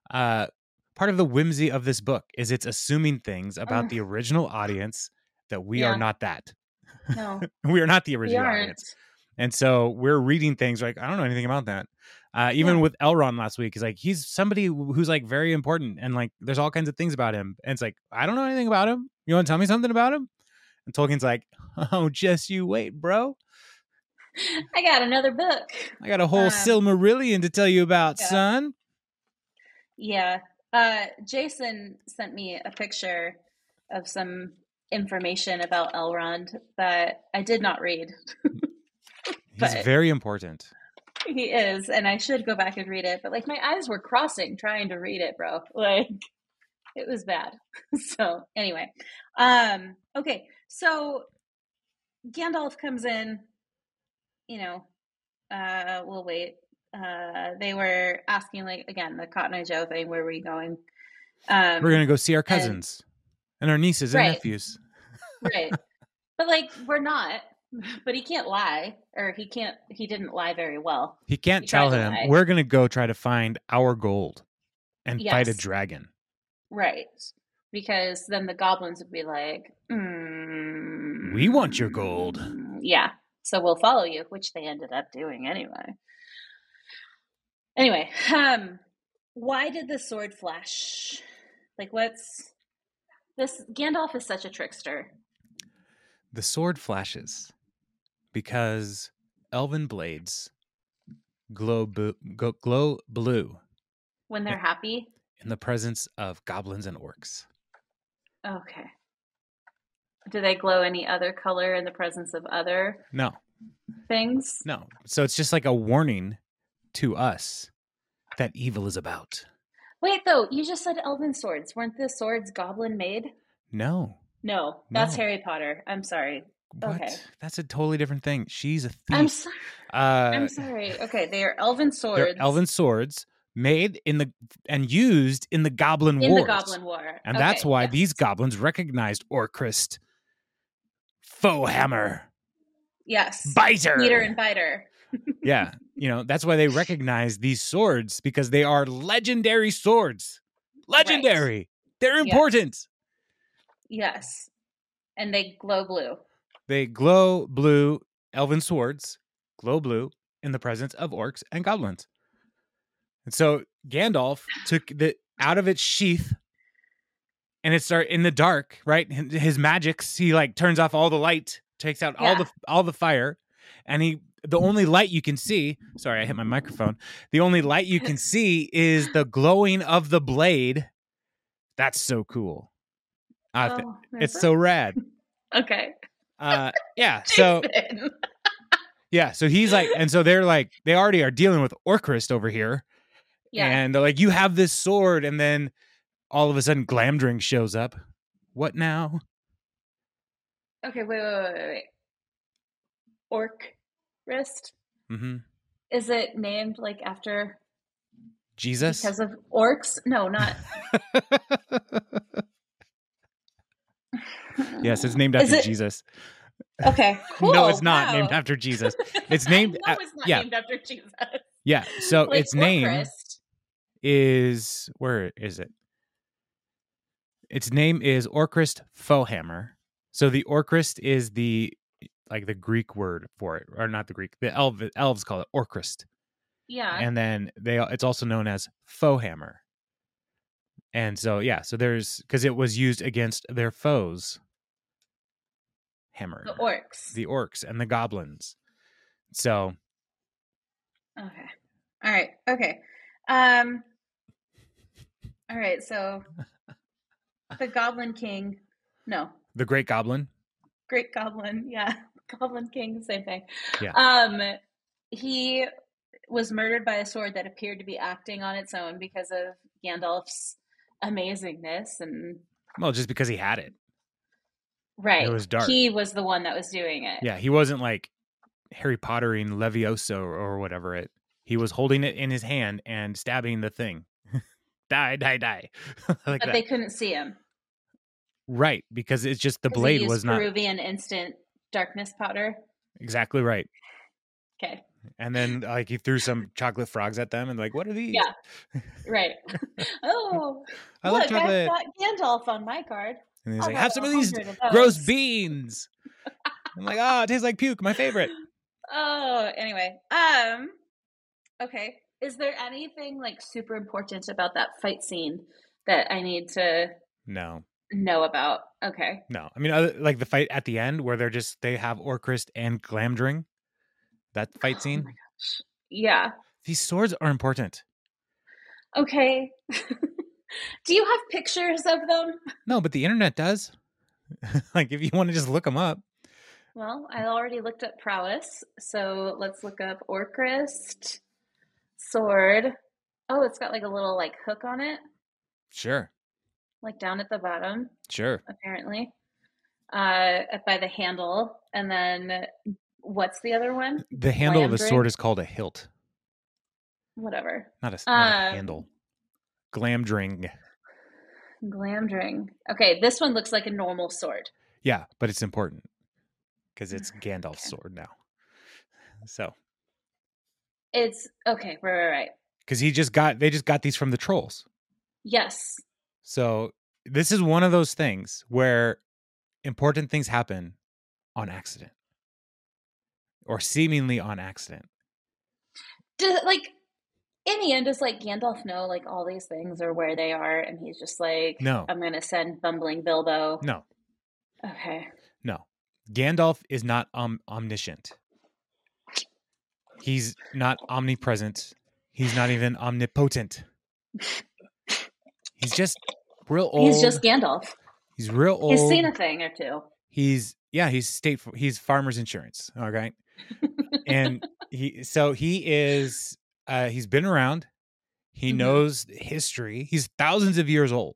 [SPEAKER 1] uh part of the whimsy of this book is it's assuming things about
[SPEAKER 2] Ugh.
[SPEAKER 1] the original audience that we
[SPEAKER 2] Yeah.
[SPEAKER 1] are not that.
[SPEAKER 2] No.
[SPEAKER 1] We are not the
[SPEAKER 2] we
[SPEAKER 1] original
[SPEAKER 2] aren't.
[SPEAKER 1] audience. And so we're reading things like I don't know anything about that. Uh, even
[SPEAKER 2] Yeah.
[SPEAKER 1] with Elrond last week, is like he's somebody who's like very important, and like there's all kinds of things about him. And it's like I don't know anything about him. You want to tell me something about him? And Tolkien's like, oh, just you wait, bro.
[SPEAKER 2] I got another book.
[SPEAKER 1] I got a whole
[SPEAKER 2] Um,
[SPEAKER 1] Silmarillion to tell you about,
[SPEAKER 2] yeah.
[SPEAKER 1] son.
[SPEAKER 2] Yeah. Uh, Jason sent me a picture of some information about Elrond that I did not read.
[SPEAKER 1] He's
[SPEAKER 2] But-
[SPEAKER 1] very important.
[SPEAKER 2] He is, and I should go back and read it, but like my eyes were crossing trying to read it, bro. Like it was bad. So anyway. Um, okay, so Gandalf comes in, you know, uh we'll wait. Uh they were asking like again the Cotton Eye Joe thing, where were you going? Um
[SPEAKER 1] We're gonna go see our cousins and, our nieces and
[SPEAKER 2] Right.
[SPEAKER 1] nephews.
[SPEAKER 2] right but like we're not but he can't lie or he can't he didn't lie very well
[SPEAKER 1] He can't
[SPEAKER 2] He tried
[SPEAKER 1] tell
[SPEAKER 2] to
[SPEAKER 1] him
[SPEAKER 2] lie.
[SPEAKER 1] we're gonna go try to find our gold and fight a
[SPEAKER 2] Yes.
[SPEAKER 1] dragon.
[SPEAKER 2] right because then the goblins would be like mm,
[SPEAKER 1] We want your gold.
[SPEAKER 2] yeah so we'll follow you which they ended up doing anyway anyway um why did the sword flash like what's this gandalf is such a trickster
[SPEAKER 1] The sword flashes because elven blades glow bu- go- glow blue
[SPEAKER 2] when they're happy
[SPEAKER 1] in the presence of goblins and orcs.
[SPEAKER 2] okay do they glow any other color in the presence of other
[SPEAKER 1] No,
[SPEAKER 2] things
[SPEAKER 1] no. So it's just like a warning to us that evil is about.
[SPEAKER 2] Wait, though, you just said elven swords. Weren't the swords goblin made?
[SPEAKER 1] No.
[SPEAKER 2] No, that's
[SPEAKER 1] No.
[SPEAKER 2] Harry Potter. I'm sorry.
[SPEAKER 1] What?
[SPEAKER 2] Okay.
[SPEAKER 1] That's a totally different thing. She's a thief.
[SPEAKER 2] I'm sorry.
[SPEAKER 1] uh,
[SPEAKER 2] I'm sorry. Okay, they are elven swords.
[SPEAKER 1] They're elven swords made in the and used in the Goblin
[SPEAKER 2] in
[SPEAKER 1] Wars.
[SPEAKER 2] the Goblin War.
[SPEAKER 1] And that's
[SPEAKER 2] Okay,
[SPEAKER 1] why
[SPEAKER 2] yes.
[SPEAKER 1] these goblins recognized Orcrist, Foe Hammer,
[SPEAKER 2] yes,
[SPEAKER 1] Biter.
[SPEAKER 2] Peter and Biter.
[SPEAKER 1] yeah, you know that's why they recognize these swords because they are legendary swords. Legendary. They're
[SPEAKER 2] Yes.
[SPEAKER 1] important.
[SPEAKER 2] Yes. And they glow blue.
[SPEAKER 1] They glow blue. Elven swords glow blue in the presence of orcs and goblins. And so Gandalf took the out of its sheath, and it start in the dark. Right, his magics. He like turns off all the light, takes out all
[SPEAKER 2] Yeah.
[SPEAKER 1] the all the fire, and he the only light you can see. Sorry, I hit my microphone. The only light you can see is the glowing of the blade. That's so cool. I thi-
[SPEAKER 2] Oh,
[SPEAKER 1] it's so
[SPEAKER 2] remember?
[SPEAKER 1] rad.
[SPEAKER 2] okay.
[SPEAKER 1] Uh, yeah. So
[SPEAKER 2] Jason.
[SPEAKER 1] yeah. So he's like, and so they're like, they already are dealing with Orcrist over here,
[SPEAKER 2] yeah,
[SPEAKER 1] and they're like, you have this sword, and then all of a sudden, Glamdring shows up. What now?
[SPEAKER 2] Okay, wait, wait, wait, wait, wait. Orc wrist.
[SPEAKER 1] hmm
[SPEAKER 2] Is it named like after
[SPEAKER 1] Jesus.
[SPEAKER 2] because of orcs? No, not.
[SPEAKER 1] yes, it's named
[SPEAKER 2] Is
[SPEAKER 1] after
[SPEAKER 2] it-
[SPEAKER 1] Jesus.
[SPEAKER 2] Okay. Cool.
[SPEAKER 1] no, it's not
[SPEAKER 2] wow.
[SPEAKER 1] named after Jesus. It's named.
[SPEAKER 2] I
[SPEAKER 1] a-
[SPEAKER 2] know it's not
[SPEAKER 1] yeah.
[SPEAKER 2] named after Jesus.
[SPEAKER 1] yeah. So
[SPEAKER 2] Like,
[SPEAKER 1] its name
[SPEAKER 2] Orcrist.
[SPEAKER 1] is where is it? Its name is Orcrist Fohammer. So the Orcrist is the like the Greek word for it, or not the Greek. The elf, elves call it Orcrist,
[SPEAKER 2] Yeah.
[SPEAKER 1] and then they it's also known as Fohammer. And so yeah, so there's because it was used against their foes. Hammer
[SPEAKER 2] the orcs.
[SPEAKER 1] the orcs and the goblins. So
[SPEAKER 2] Okay. All right. Okay. Um. All right. So, the Goblin King. No,
[SPEAKER 1] the Great Goblin,
[SPEAKER 2] Great Goblin. Yeah, Goblin King. Same thing.
[SPEAKER 1] Yeah.
[SPEAKER 2] Um. He was murdered by a sword that appeared to be acting on its own because of Gandalf's amazingness and
[SPEAKER 1] well, just because he had it.
[SPEAKER 2] right.
[SPEAKER 1] was dark.
[SPEAKER 2] He was the one that was doing it.
[SPEAKER 1] Yeah, he wasn't like Harry Pottering Levioso or, or whatever it. He was holding it in his hand and stabbing the thing. die, die, die. like
[SPEAKER 2] but
[SPEAKER 1] that.
[SPEAKER 2] they couldn't see him.
[SPEAKER 1] right, because it's just the
[SPEAKER 2] 'cause he
[SPEAKER 1] blade
[SPEAKER 2] used
[SPEAKER 1] was not
[SPEAKER 2] Peruvian instant darkness powder.
[SPEAKER 1] exactly right.
[SPEAKER 2] Okay.
[SPEAKER 1] And then like he threw some chocolate frogs at them and like, what are these?
[SPEAKER 2] Yeah. Right. oh,
[SPEAKER 1] I
[SPEAKER 2] look,
[SPEAKER 1] love chocolate.
[SPEAKER 2] I've got Gandalf on my card.
[SPEAKER 1] and he's
[SPEAKER 2] I'll
[SPEAKER 1] like, have
[SPEAKER 2] a
[SPEAKER 1] some of these
[SPEAKER 2] hundred of
[SPEAKER 1] gross
[SPEAKER 2] those."
[SPEAKER 1] beans. I'm like, ah, it tastes like puke, my favorite.
[SPEAKER 2] Oh, anyway. Um, okay. Is there anything like super important about that fight scene that I need to
[SPEAKER 1] No.
[SPEAKER 2] know about? Okay.
[SPEAKER 1] No, I mean, other, like the fight at the end where they're just they have Orcrist and Glamdring, that
[SPEAKER 2] Oh my
[SPEAKER 1] fight scene.
[SPEAKER 2] gosh. Yeah.
[SPEAKER 1] These swords are important.
[SPEAKER 2] Okay. Do you have pictures of them?
[SPEAKER 1] No, but the internet does. like, if you want to just look them up,
[SPEAKER 2] Well, I already looked up prowess, so let's look up Orcrist sword. Oh, it's got like a little like hook on it,
[SPEAKER 1] sure,
[SPEAKER 2] like down at the bottom.
[SPEAKER 1] sure.
[SPEAKER 2] apparently, uh, by the handle. And then what's the other one?
[SPEAKER 1] The handle of a sword
[SPEAKER 2] Glamdring?
[SPEAKER 1] is called a hilt,
[SPEAKER 2] Whatever.
[SPEAKER 1] not a, s- not a
[SPEAKER 2] Um,
[SPEAKER 1] handle. Glamdring,
[SPEAKER 2] Glamdring. Okay, this one looks like a normal sword.
[SPEAKER 1] yeah, but it's important because it's Gandalf's
[SPEAKER 2] Ah, Okay.
[SPEAKER 1] sword now. So,
[SPEAKER 2] It's okay, right, right, right.
[SPEAKER 1] because he just got they just got these from the trolls.
[SPEAKER 2] Yes.
[SPEAKER 1] So this is one of those things where important things happen on accident or seemingly on accident.
[SPEAKER 2] Does, like, in the end, does like Gandalf know like all these things or where they are? And he's just like,
[SPEAKER 1] No.
[SPEAKER 2] I'm gonna send bumbling Bilbo.
[SPEAKER 1] No,
[SPEAKER 2] Okay.
[SPEAKER 1] no. Gandalf is not um, omniscient. He's not omnipresent. He's not even omnipotent. He's just real old.
[SPEAKER 2] He's just Gandalf.
[SPEAKER 1] he's real old.
[SPEAKER 2] He's seen a thing or two.
[SPEAKER 1] he's yeah he's state he's farmers insurance all right and he so he is uh he's been around he
[SPEAKER 2] Mhm.
[SPEAKER 1] knows history he's thousands of years old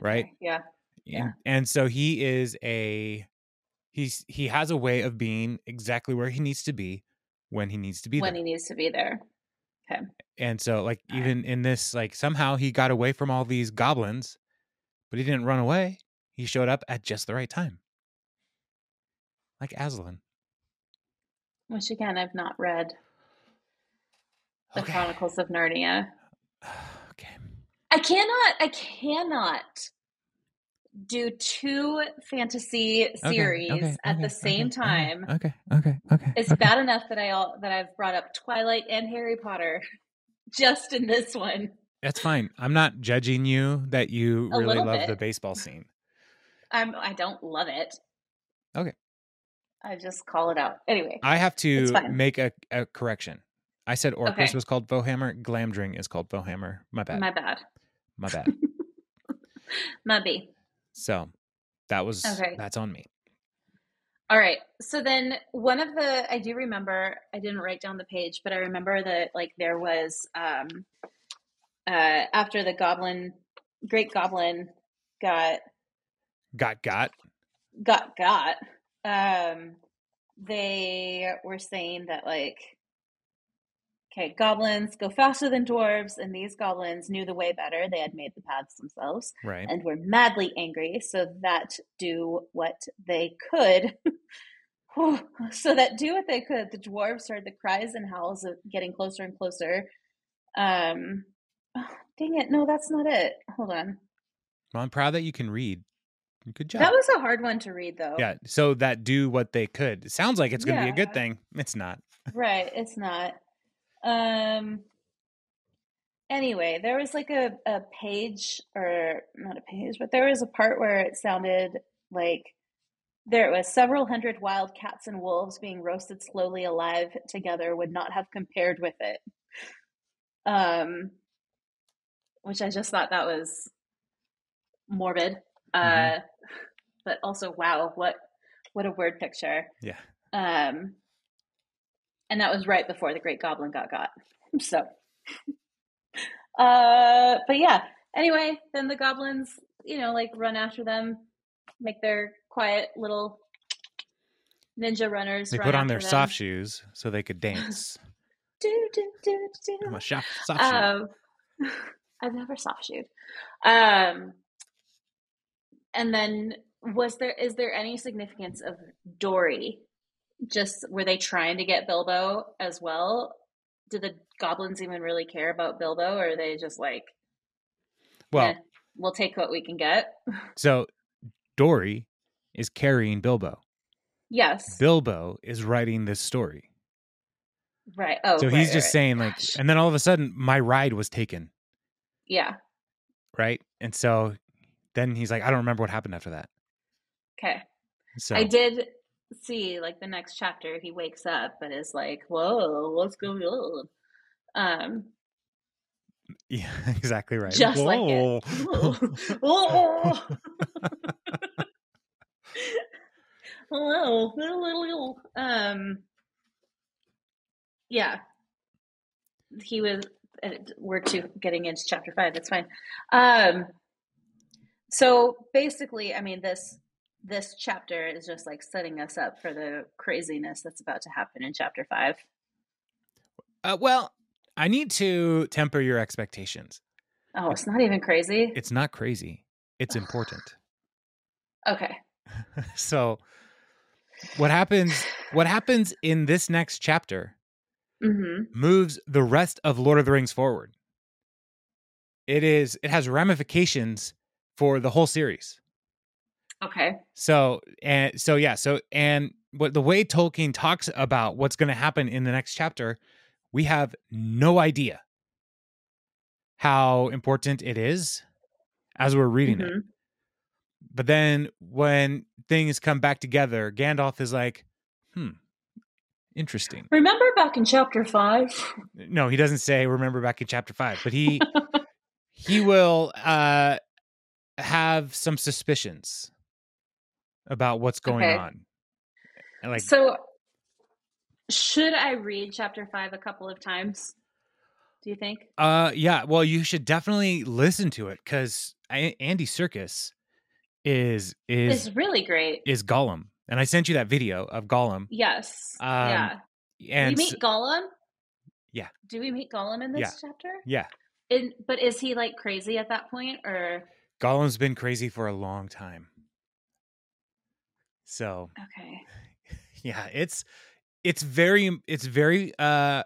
[SPEAKER 1] Right.
[SPEAKER 2] Okay, Yeah.
[SPEAKER 1] and,
[SPEAKER 2] Yeah.
[SPEAKER 1] and so he is a he's he has a way of being exactly where he needs to be when he needs to be
[SPEAKER 2] When
[SPEAKER 1] there
[SPEAKER 2] he needs to be there.
[SPEAKER 1] and so like
[SPEAKER 2] All right.
[SPEAKER 1] even in this like somehow he got away from all these goblins but he didn't run away he showed up at just the right time like aslan
[SPEAKER 2] Which again I've not read. the
[SPEAKER 1] Okay.
[SPEAKER 2] Chronicles of Narnia.
[SPEAKER 1] okay
[SPEAKER 2] I cannot, I cannot do two fantasy series
[SPEAKER 1] okay,
[SPEAKER 2] at
[SPEAKER 1] okay,
[SPEAKER 2] the same
[SPEAKER 1] okay,
[SPEAKER 2] time.
[SPEAKER 1] Okay, okay, okay.
[SPEAKER 2] It's
[SPEAKER 1] okay.
[SPEAKER 2] bad enough that I all, that I've brought up Twilight and Harry Potter just in this one.
[SPEAKER 1] That's fine. I'm not judging you that you
[SPEAKER 2] A
[SPEAKER 1] really
[SPEAKER 2] little
[SPEAKER 1] love
[SPEAKER 2] bit.
[SPEAKER 1] the baseball scene.
[SPEAKER 2] I'm I don't love it.
[SPEAKER 1] Okay.
[SPEAKER 2] I just call it out. Anyway,
[SPEAKER 1] I have to
[SPEAKER 2] fine.
[SPEAKER 1] make a, a correction. I said Orcus
[SPEAKER 2] Okay.
[SPEAKER 1] was called Bohammer. Glamdring is called Bohammer. My bad.
[SPEAKER 2] my
[SPEAKER 1] My,
[SPEAKER 2] bad.
[SPEAKER 1] bad.
[SPEAKER 2] My B.
[SPEAKER 1] So that was
[SPEAKER 2] Okay.
[SPEAKER 1] that's on me.
[SPEAKER 2] All right. So then one of the I do remember I didn't write down the page, but I remember that like there was um uh after the goblin great goblin got
[SPEAKER 1] Got got.
[SPEAKER 2] got got um they were saying that like okay goblins go faster than dwarves and these goblins knew the way better they had made the paths themselves
[SPEAKER 1] Right.
[SPEAKER 2] and were madly angry so that do what they could Whew. so that do what they could the dwarves heard the cries and howls of getting closer and closer um oh, dang it no that's not it hold on
[SPEAKER 1] Well, I'm proud that you can read. Good job.
[SPEAKER 2] that was a hard one to read though
[SPEAKER 1] yeah. So that do what they could. It sounds like it's going to be a good
[SPEAKER 2] Yeah.
[SPEAKER 1] thing. It's not.
[SPEAKER 2] right it's not um anyway there was like a, a page or not a page but there was a part where it sounded like there it was several hundred wild cats and wolves being roasted slowly alive together would not have compared with it um which i just thought that was morbid
[SPEAKER 1] Mhm.
[SPEAKER 2] uh but also wow what what a word picture
[SPEAKER 1] Yeah.
[SPEAKER 2] um, and that was right before the Great Goblin got got. So, uh, but yeah. Anyway, then the goblins, you know, like run after them, make their quiet little ninja runners.
[SPEAKER 1] They
[SPEAKER 2] run
[SPEAKER 1] put on
[SPEAKER 2] after
[SPEAKER 1] their
[SPEAKER 2] them.
[SPEAKER 1] soft shoes so they could dance.
[SPEAKER 2] Do, do, do, do.
[SPEAKER 1] I'm a soft, soft shoe.
[SPEAKER 2] Um, I've never soft shoed. Um, and then was there is there any significance of Dory? Just were they trying to get Bilbo as well? Do the goblins even really care about Bilbo, or are they just like,
[SPEAKER 1] well,
[SPEAKER 2] "Eh, we'll take what we can get?
[SPEAKER 1] so Dory is carrying Bilbo.
[SPEAKER 2] Yes,
[SPEAKER 1] Bilbo is writing this story.
[SPEAKER 2] right. Oh,
[SPEAKER 1] so
[SPEAKER 2] right,
[SPEAKER 1] he's
[SPEAKER 2] right,
[SPEAKER 1] just
[SPEAKER 2] right.
[SPEAKER 1] saying like
[SPEAKER 2] Gosh.
[SPEAKER 1] and then all of a sudden my ride was taken
[SPEAKER 2] yeah,
[SPEAKER 1] right and so then he's like i don't remember what happened after that
[SPEAKER 2] okay.
[SPEAKER 1] so
[SPEAKER 2] I did see like the next chapter he wakes up and is like, "Whoa, what's going on?" Um,
[SPEAKER 1] yeah exactly right
[SPEAKER 2] Just like it. Whoa. Oh. Hello. Um. Yeah. He was. uh, We're to getting into chapter five. That's fine. Um. So basically, I mean this this chapter is just like setting us up for the craziness that's about to happen in chapter five.
[SPEAKER 1] uh, well i need to temper your expectations
[SPEAKER 2] Oh, it's not even crazy.
[SPEAKER 1] it's not crazy it's important
[SPEAKER 2] Okay.
[SPEAKER 1] so what happens what happens in this next chapter
[SPEAKER 2] Mm-hmm.
[SPEAKER 1] moves the rest of lord of the rings forward it is it has ramifications for the whole series
[SPEAKER 2] Okay.
[SPEAKER 1] So and so yeah, so and what the way Tolkien talks about what's going to happen in the next chapter, we have no idea how important it is as we're reading it.
[SPEAKER 2] Mhm.
[SPEAKER 1] But then when things come back together, Gandalf is like, "Hmm, interesting."
[SPEAKER 2] Remember back in chapter five.
[SPEAKER 1] No, he doesn't say remember back in chapter 5, but he he will uh have some suspicions about what's going
[SPEAKER 2] Okay.
[SPEAKER 1] on. And like
[SPEAKER 2] so should i read chapter five a couple of times do you think
[SPEAKER 1] Uh, yeah. Well, you should definitely listen to it because Andy Circus is is
[SPEAKER 2] it's really great
[SPEAKER 1] is Gollum, and I sent you that video of Gollum.
[SPEAKER 2] yes
[SPEAKER 1] Um,
[SPEAKER 2] yeah we
[SPEAKER 1] And
[SPEAKER 2] meet
[SPEAKER 1] s-
[SPEAKER 2] gollum
[SPEAKER 1] Yeah.
[SPEAKER 2] do we meet gollum in this chapter
[SPEAKER 1] yeah,
[SPEAKER 2] in, but is he like crazy at that point or
[SPEAKER 1] Gollum's been crazy for a long time. So
[SPEAKER 2] okay
[SPEAKER 1] yeah, it's it's very it's very uh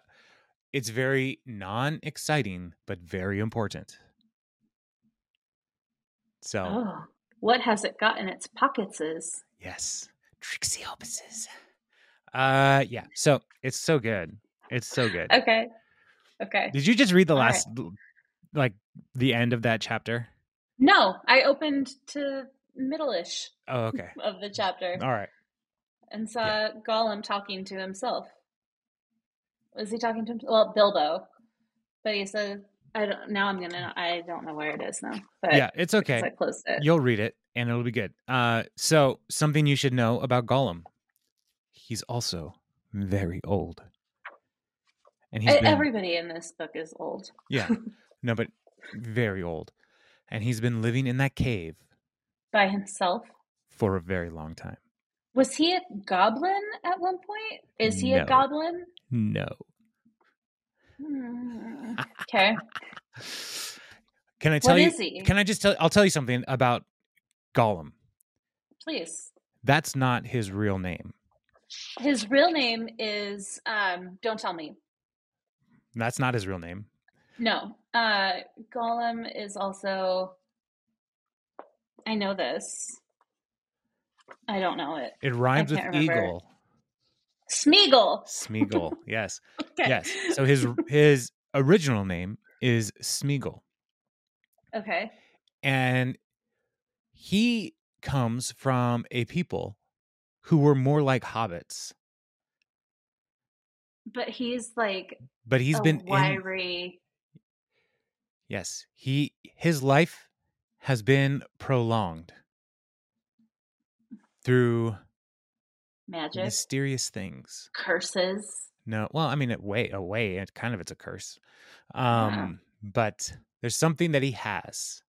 [SPEAKER 1] it's very non exciting but very important. So
[SPEAKER 2] oh What has it got in its pockets? Is
[SPEAKER 1] Yes. Trixiopuses. Uh yeah. So it's so good. It's so good.
[SPEAKER 2] okay, okay.
[SPEAKER 1] Did you just read the
[SPEAKER 2] All right.
[SPEAKER 1] last l- like the end of that chapter?
[SPEAKER 2] No, I opened to middle-ish
[SPEAKER 1] Oh, okay.
[SPEAKER 2] of the chapter
[SPEAKER 1] All right.
[SPEAKER 2] and saw Gollum talking to himself. Was he talking to himself? Well, Bilbo, but he said, "I don't." Now I'm gonna. I don't know where it is now. But
[SPEAKER 1] Yeah, it's okay.
[SPEAKER 2] because I closed it.
[SPEAKER 1] You'll read it and it'll be good. Uh so something you should know about Gollum. He's also very old. And he's
[SPEAKER 2] E-
[SPEAKER 1] been,
[SPEAKER 2] Everybody in this book is old.
[SPEAKER 1] Yeah. No, but very old. And he's been living in that cave
[SPEAKER 2] By himself.
[SPEAKER 1] for a very long time.
[SPEAKER 2] Was he a goblin at one point? Is he
[SPEAKER 1] No.
[SPEAKER 2] a goblin?
[SPEAKER 1] No.
[SPEAKER 2] Hmm, Okay.
[SPEAKER 1] Can I tell
[SPEAKER 2] what
[SPEAKER 1] you
[SPEAKER 2] is he?
[SPEAKER 1] Can I just tell? I'll tell you something about Gollum.
[SPEAKER 2] Please.
[SPEAKER 1] That's not his real name.
[SPEAKER 2] His real name is um don't tell me.
[SPEAKER 1] That's not his real name.
[SPEAKER 2] No. Uh Gollum is also I know this. I don't know it.
[SPEAKER 1] It rhymes with
[SPEAKER 2] can't remember.
[SPEAKER 1] eagle.
[SPEAKER 2] Smeagol.
[SPEAKER 1] Smeagol. yes.
[SPEAKER 2] Okay.
[SPEAKER 1] Yes. So his his original name is Smeagol,
[SPEAKER 2] Okay.
[SPEAKER 1] and he comes from a people who were more like hobbits.
[SPEAKER 2] But he's like
[SPEAKER 1] But he's
[SPEAKER 2] a
[SPEAKER 1] been in,
[SPEAKER 2] wiry
[SPEAKER 1] yes. He his life has been prolonged through
[SPEAKER 2] magic
[SPEAKER 1] mysterious things.
[SPEAKER 2] curses.
[SPEAKER 1] No, well, I mean, it way away, it kind of it's a curse.
[SPEAKER 2] Ah.
[SPEAKER 1] Um, but there's something that he has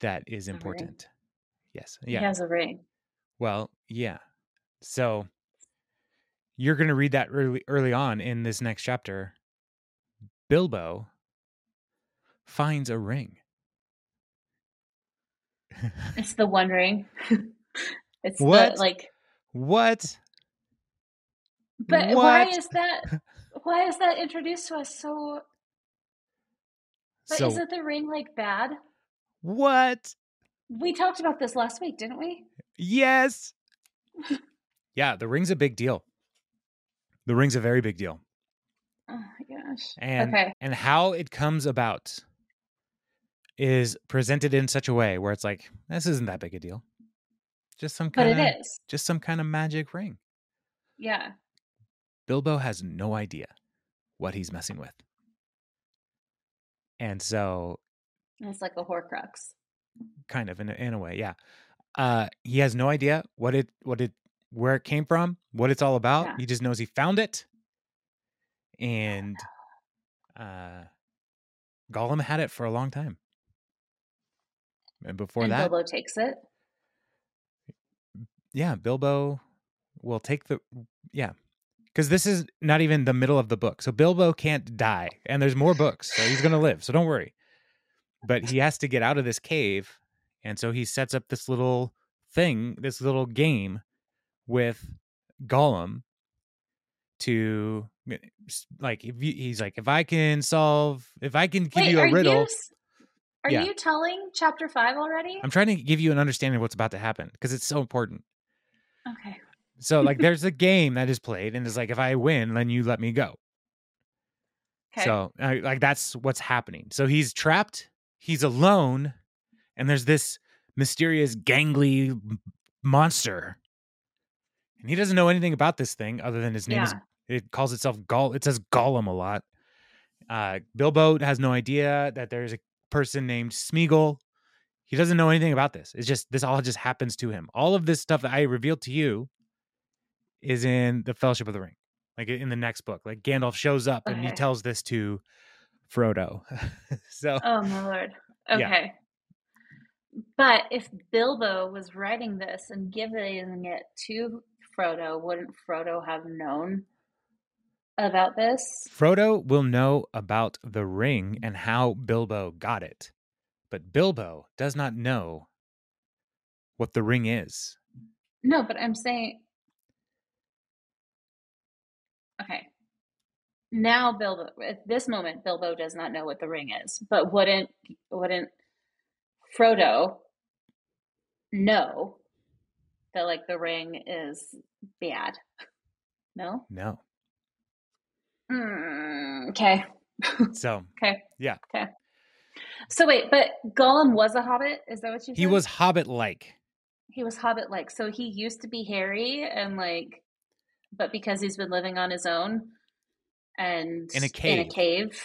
[SPEAKER 1] that is
[SPEAKER 2] ring.
[SPEAKER 1] important. Yes.
[SPEAKER 2] He
[SPEAKER 1] Yeah.
[SPEAKER 2] has a ring.
[SPEAKER 1] Well, yeah. So you're going to read that early early on in this next chapter. Bilbo finds a ring.
[SPEAKER 2] It's the one ring. it's
[SPEAKER 1] What?
[SPEAKER 2] the like
[SPEAKER 1] What?
[SPEAKER 2] But why
[SPEAKER 1] What?
[SPEAKER 2] is that? Why is that introduced to us so? But
[SPEAKER 1] so
[SPEAKER 2] isn't the ring like bad?
[SPEAKER 1] what?
[SPEAKER 2] We talked about this last week, didn't we?
[SPEAKER 1] Yes. yeah, the ring's a big deal. The ring's a very big deal.
[SPEAKER 2] Oh my gosh!
[SPEAKER 1] and
[SPEAKER 2] okay,
[SPEAKER 1] and how it comes about is presented in such a way where it's like this isn't that big a deal just some
[SPEAKER 2] but
[SPEAKER 1] kind of
[SPEAKER 2] it is.
[SPEAKER 1] just some kind of magic ring
[SPEAKER 2] Yeah,
[SPEAKER 1] bilbo has no idea what he's messing with and so
[SPEAKER 2] And it's like a Horcrux.
[SPEAKER 1] kind of in a, in a way yeah uh he has no idea what it what it where it came from what it's all about
[SPEAKER 2] Yeah.
[SPEAKER 1] he just knows he found it and uh gollum had it for a long time and before
[SPEAKER 2] and
[SPEAKER 1] that
[SPEAKER 2] Bilbo takes it.
[SPEAKER 1] yeah, Bilbo will take the yeah, because this is not even the middle of the book, so Bilbo can't die, and there's more books, so he's gonna live. So don't worry. But he has to get out of this cave, and so he sets up this little thing, this little game with Gollum to eh, like if you, he's like if I can solve if I can give
[SPEAKER 2] Wait,
[SPEAKER 1] you a
[SPEAKER 2] are
[SPEAKER 1] riddle
[SPEAKER 2] you? s- Are
[SPEAKER 1] Yeah.
[SPEAKER 2] you telling chapter five already?
[SPEAKER 1] I'm trying to give you an understanding of what's about to happen because it's so important.
[SPEAKER 2] okay.
[SPEAKER 1] So like there's a game that is played and it's like if I win, then you let me go.
[SPEAKER 2] Okay.
[SPEAKER 1] So uh, like that's what's happening. So he's trapped, he's alone, and there's this mysterious gangly m- monster. And he doesn't know anything about this thing other than his name is
[SPEAKER 2] Yeah.
[SPEAKER 1] it calls itself Gol it says Gollum a lot. Uh Bilbo has no idea that there's a person named Smeagol. He doesn't know anything about this. It's just this all just happens to him. All of this stuff that I revealed to you is in the Fellowship of the Ring, like in the next book. Like Gandalf shows up and he
[SPEAKER 2] Okay.
[SPEAKER 1] tells this to Frodo. so
[SPEAKER 2] Oh my lord.
[SPEAKER 1] Yeah.
[SPEAKER 2] Okay. But if Bilbo was writing this and giving it to Frodo, wouldn't Frodo have known about this?
[SPEAKER 1] Frodo will know about the
[SPEAKER 2] Mm.
[SPEAKER 1] ring and how Bilbo got it, but Bilbo does not know what the ring is.
[SPEAKER 2] No, but I'm saying Okay. Now Bilbo at this moment Bilbo does not know what the ring is, but wouldn't wouldn't Frodo know that like the ring is bad. No?
[SPEAKER 1] No.
[SPEAKER 2] Mm, okay.
[SPEAKER 1] So
[SPEAKER 2] Okay.
[SPEAKER 1] Yeah.
[SPEAKER 2] Okay. So wait, but Gollum was a hobbit? Is that what you
[SPEAKER 1] he
[SPEAKER 2] said?
[SPEAKER 1] was hobbit like.
[SPEAKER 2] he was hobbit like. So he used to be hairy and like but because he's been living on his own and
[SPEAKER 1] In a
[SPEAKER 2] in a
[SPEAKER 1] cave.
[SPEAKER 2] cave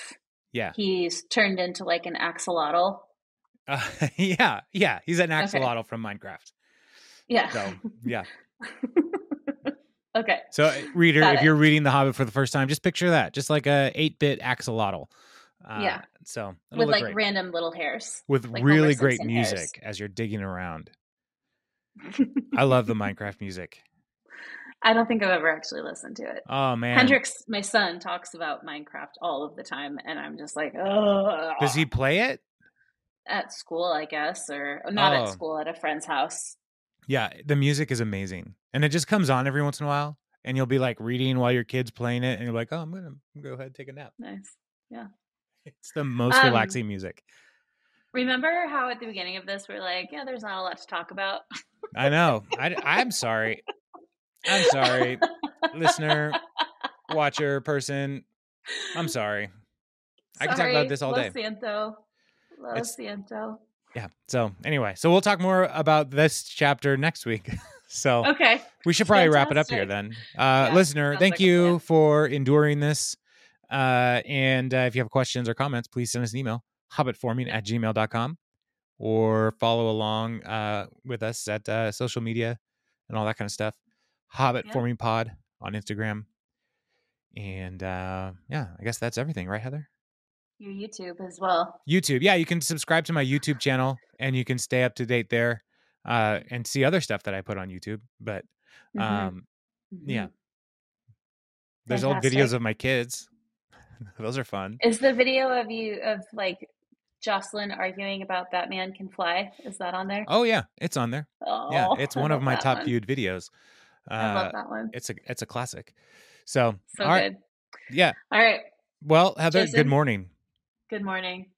[SPEAKER 1] Yeah.
[SPEAKER 2] he's turned into like an axolotl.
[SPEAKER 1] Uh, yeah. Yeah. He's an axolotl from Minecraft.
[SPEAKER 2] Yeah.
[SPEAKER 1] So yeah.
[SPEAKER 2] okay.
[SPEAKER 1] So uh, reader,
[SPEAKER 2] Got
[SPEAKER 1] if
[SPEAKER 2] it.
[SPEAKER 1] you're reading The Hobbit for the first time, just picture that, just like a eight bit axolotl. Uh,
[SPEAKER 2] Yeah.
[SPEAKER 1] So it'll
[SPEAKER 2] With
[SPEAKER 1] look
[SPEAKER 2] like
[SPEAKER 1] great.
[SPEAKER 2] random little hairs.
[SPEAKER 1] with
[SPEAKER 2] like Homer
[SPEAKER 1] really great
[SPEAKER 2] Simpson hairs.
[SPEAKER 1] music as you're digging around. I love the Minecraft music.
[SPEAKER 2] I don't think I've ever actually listened to it.
[SPEAKER 1] Oh man.
[SPEAKER 2] Hendrix, my son, talks about Minecraft all of the time, and I'm just like, oh.
[SPEAKER 1] Does he play it?
[SPEAKER 2] at school? I guess, or not
[SPEAKER 1] Oh.
[SPEAKER 2] at school, at a friend's house.
[SPEAKER 1] Yeah, the music is amazing. And it just comes on every once in a while and you'll be like reading while your kid's playing it and you're like, "Oh, I'm going to go ahead and take a nap."
[SPEAKER 2] Nice.
[SPEAKER 1] It's the most
[SPEAKER 2] Um,
[SPEAKER 1] relaxing music.
[SPEAKER 2] Remember how at the beginning of this we're like, yeah, there's not a lot to talk about.
[SPEAKER 1] I know. I, am sorry. I'm sorry, listener, watcher, person. I'm sorry. I could talk about
[SPEAKER 2] Sorry,
[SPEAKER 1] this all
[SPEAKER 2] Lo
[SPEAKER 1] day.
[SPEAKER 2] Siento. Lo
[SPEAKER 1] It's-
[SPEAKER 2] siento.
[SPEAKER 1] Yeah. So anyway, so we'll talk more about this chapter next week. so
[SPEAKER 2] Okay.
[SPEAKER 1] we should probably wrap it up here then.
[SPEAKER 2] Fantastic.
[SPEAKER 1] Uh,
[SPEAKER 2] Yeah,
[SPEAKER 1] listener,
[SPEAKER 2] sounds
[SPEAKER 1] thank
[SPEAKER 2] like a
[SPEAKER 1] you
[SPEAKER 2] plan.
[SPEAKER 1] for enduring this. Uh, and uh, if you have questions or comments, please send us an email, hobbitforming at gmail.com, or follow along uh, with us at uh, social media and all that kind of stuff. Hobbit
[SPEAKER 2] Yeah.
[SPEAKER 1] Forming Pod on Instagram. And uh, yeah, I guess that's everything, right, Heather?
[SPEAKER 2] Your YouTube as well.
[SPEAKER 1] YouTube. Yeah, you can subscribe to my YouTube channel and you can stay up to date there uh, and see other stuff that I put on YouTube. But
[SPEAKER 2] Mhm,
[SPEAKER 1] um, yeah.
[SPEAKER 2] mhm.
[SPEAKER 1] There's old videos
[SPEAKER 2] Fantastic.
[SPEAKER 1] of my kids. Those are fun.
[SPEAKER 2] Is the video of you of like Jocelyn arguing about Batman can fly? Is that on there?
[SPEAKER 1] Oh yeah, it's on there.
[SPEAKER 2] Oh,
[SPEAKER 1] yeah, it's
[SPEAKER 2] I
[SPEAKER 1] one of
[SPEAKER 2] love
[SPEAKER 1] my
[SPEAKER 2] that
[SPEAKER 1] top
[SPEAKER 2] one.
[SPEAKER 1] viewed videos.
[SPEAKER 2] I
[SPEAKER 1] Uh,
[SPEAKER 2] love that one.
[SPEAKER 1] it's a it's a classic. So,
[SPEAKER 2] So
[SPEAKER 1] all right,
[SPEAKER 2] good.
[SPEAKER 1] yeah.
[SPEAKER 2] All right.
[SPEAKER 1] Well, Heather, good
[SPEAKER 2] Jason?
[SPEAKER 1] morning.
[SPEAKER 2] Good morning.